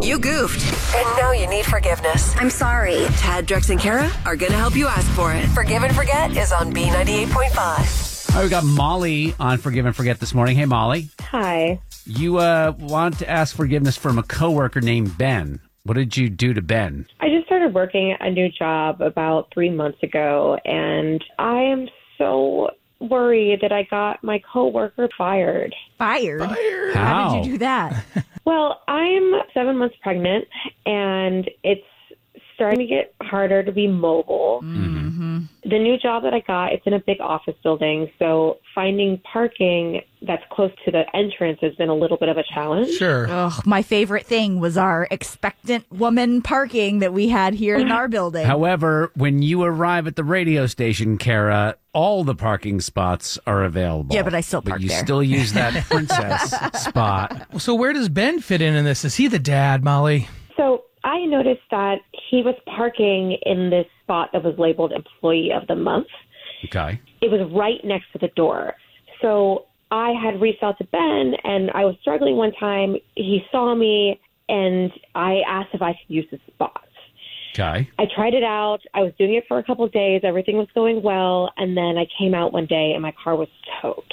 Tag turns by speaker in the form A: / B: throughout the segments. A: You goofed.
B: And now you need forgiveness.
A: I'm sorry. Tad, Drex, and Kara are going to help you ask for it.
B: Forgive and Forget is on B98.5.
C: All right, we got Molly on Forgive and Forget this morning. Hey, Molly,
D: Hi.
C: you uh, want to ask forgiveness from a coworker named Ben. What did you do to Ben?
D: I just started working a new job about three months ago, and I am so worried that I got my coworker fired.
E: Fired. How did you do that?
D: Well, I'm seven months pregnant, and it's starting to get harder to be mobile. The new job that I got, it's in a big office building, so finding parking that's close to the entrance has been a little bit of a challenge.
F: Sure.
E: Ugh, my favorite thing was our expectant woman parking that we had here in our building.
C: However, when you arrive at the radio station, Kara, all the parking spots are available.
E: Yeah, but I still park
C: you
E: there.
C: still use that princess spot.
F: So where does Ben fit in in this? Is he the dad, Molly?
D: So I noticed that he was parking in this spot that was labeled Employee of the Month.
C: Okay.
D: It was right next to the door. So I had reached out to Ben and I was struggling one time. He saw me and I asked if I could use the spot.
C: Okay.
D: I tried it out. I was doing it for a couple of days. Everything was going well. And then I came out one day and my car was towed.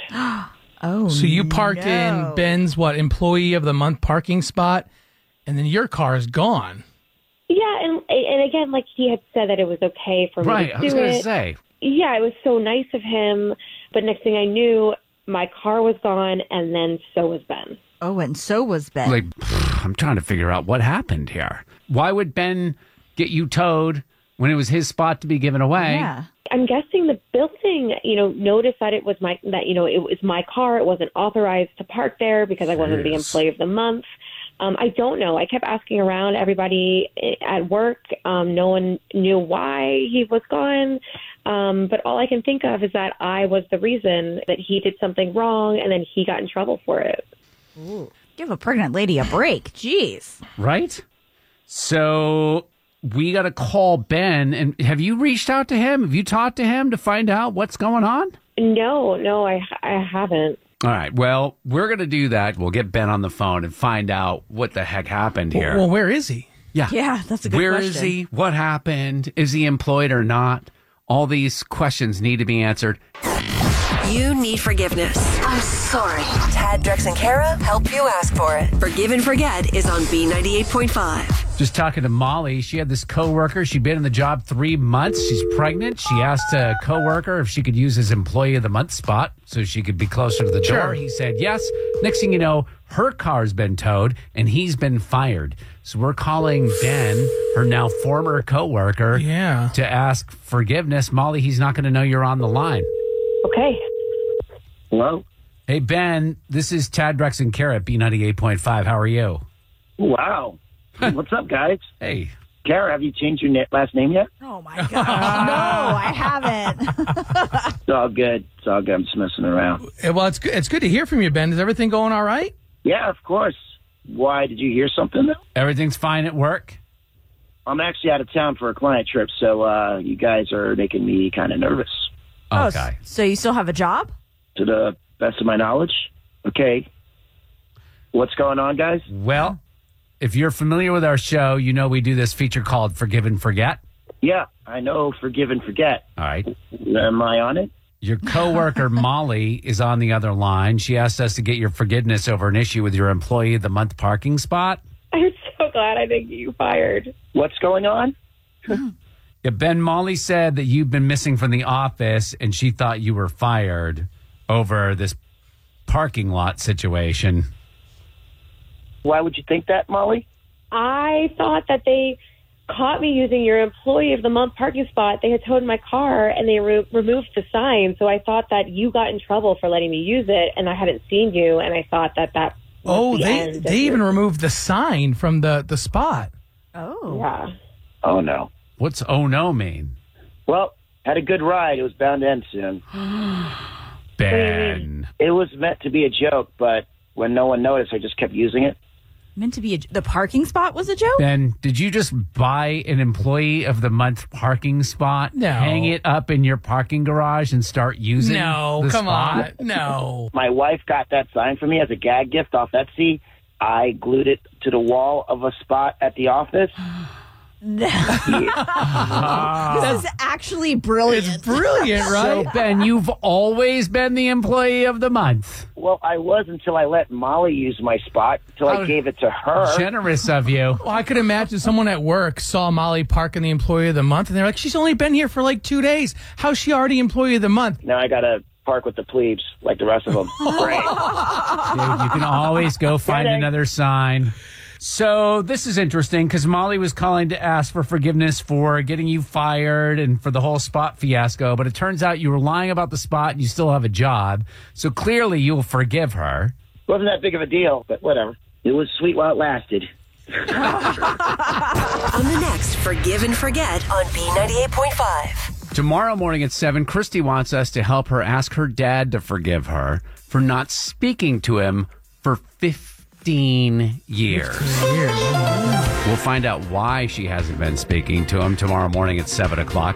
E: oh,
F: So you parked
E: no.
F: in Ben's what employee of the month parking spot, and then your car is gone.
D: Yeah. And, and again, like he had said that it was okay for me
C: Right.
D: to
C: I
D: do
C: was going to
D: it.
C: say.
D: yeah, it was so nice of him. But next thing I knew, my car was gone, and then so was Ben.
E: Oh, and so was Ben.
C: Like, pfft, I'm trying to figure out what happened here. Why would Ben get you towed when it was his spot to be given away?
E: yeah.
D: I'm guessing the building, you know, noticed that it was my that you know it was my car. It wasn't authorized to park there because I wasn't the
C: Jeez.
D: employee of the month. Um, I don't know. I kept asking around everybody i- at work. Um, no one knew why he was gone. Um, but all I can think of is that I was the reason that he did something wrong, and then he got in trouble for it.
E: Give a pregnant lady a break. Jeez.
C: Right? So we got to call Ben. And have you reached out to him? Have you talked to him to find out what's going on?
D: No, no, I I haven't.
C: All right. Well, we're going to do that. We'll get Ben on the phone and find out what the heck happened here.
F: Well, where is he?
C: yeah.
E: Yeah, that's a good
C: Where
E: question.
C: is he? What happened? Is he employed or not? All these questions need to be answered.
A: You need forgiveness.
B: I'm sorry.
A: Tad, Drex, and Kara
B: Help you ask for it.
A: Forgive and Forget is on B98.5.
C: Just talking to Molly, she had this coworker. She'd been in the job three months. She's pregnant. She asked a coworker if she could use his employee of the month spot so she could be closer to the door. He said yes. Next thing you know, her car's been towed and he's been fired. So we're calling Ben, her now former coworker,
F: Yeah.
C: to ask forgiveness. Molly, he's not going to know you're on the line.
D: Okay.
G: Hello.
C: Hey Ben, this is Tad Drex and Kara at B98.5. How are you?
G: Wow. Hmm, What's up, guys?
C: Hey.
G: Kara, have you changed your na- last name yet?
E: Oh my gosh. no, I haven't.
G: It's all good. It's all good. I'm just messing around.
F: Eh, Well, it's good. It's good to hear from you, Ben. Is everything going all right?
G: Yeah, of course. Why did you hear something?
C: Everything's fine at work?
G: I'm actually out of town for a client trip, so uh, you guys are making me kind of nervous.
E: Oh,
C: okay.
E: so you still have a job?
G: To the best of my knowledge, okay. What's going on, guys?
C: Well, if you're familiar with our show, you know we do this feature called Forgive and Forget.
G: Yeah, I know. Forgive and forget.
C: All right.
G: Am I on it?
C: Your coworker Molly is on the other line. She asked us to get your forgiveness over an issue with your employee of the month parking spot.
D: I'm so glad I didn't get you fired.
G: What's going on?
C: Yeah, ben Molly said that you've been missing from the office and she thought you were fired over this parking lot situation.
G: Why would you think that, Molly?
D: I thought that they caught me using your employee of the month parking spot. They had towed my car and they re- removed the sign, so I thought that you got in trouble for letting me use it, and I hadn't seen you, and I thought that that. was
F: Oh,
D: the
F: they
D: end of
F: they
D: your-
F: even removed the sign from the the spot.
E: Oh.
D: Yeah.
G: Oh no.
C: What's oh no mean?
G: Well, had a good ride. It was bound to end soon.
C: Ben.
G: It was meant to be a joke, but when no one noticed, I just kept using it.
E: Meant to be a, the parking spot was a joke?
C: Ben, did you just buy an employee of the month parking spot?
F: No.
C: Hang it up in your parking garage and start using
F: No,
C: the
F: come
C: spot?
F: on, no.
G: My wife got that sign for me as a gag gift off Etsy, I glued it to the wall of a spot at the office.
E: This is actually brilliant.
F: It's brilliant, right?
C: So, Ben, you've always been the employee of the month.
G: Well, I was until I let Molly use my spot, until I
C: Oh.
G: gave it to her.
C: Generous of you.
F: Well, I could imagine someone at work saw Molly Parkin, the employee of the month, and they're like, she's only been here for like two days. How's she already employee of the month?
G: now I got to park with the plebes like the rest of them. Great.
C: Dude, you can always go find another sign. So this is interesting because Molly was calling to ask for forgiveness for getting you fired and for the whole spot fiasco, but it turns out you were lying about the spot and you still have a job. So clearly you'll forgive her.
G: Wasn't that big of a deal, but whatever. It was sweet while it lasted.
A: On the next Forgive and Forget.
B: on B98.5.
C: Tomorrow morning at 7, Christy wants us to help her ask her dad to forgive her for not speaking to him for 15 years.
F: Weird.
C: We'll find out why she hasn't been speaking to him tomorrow morning at 7 o'clock.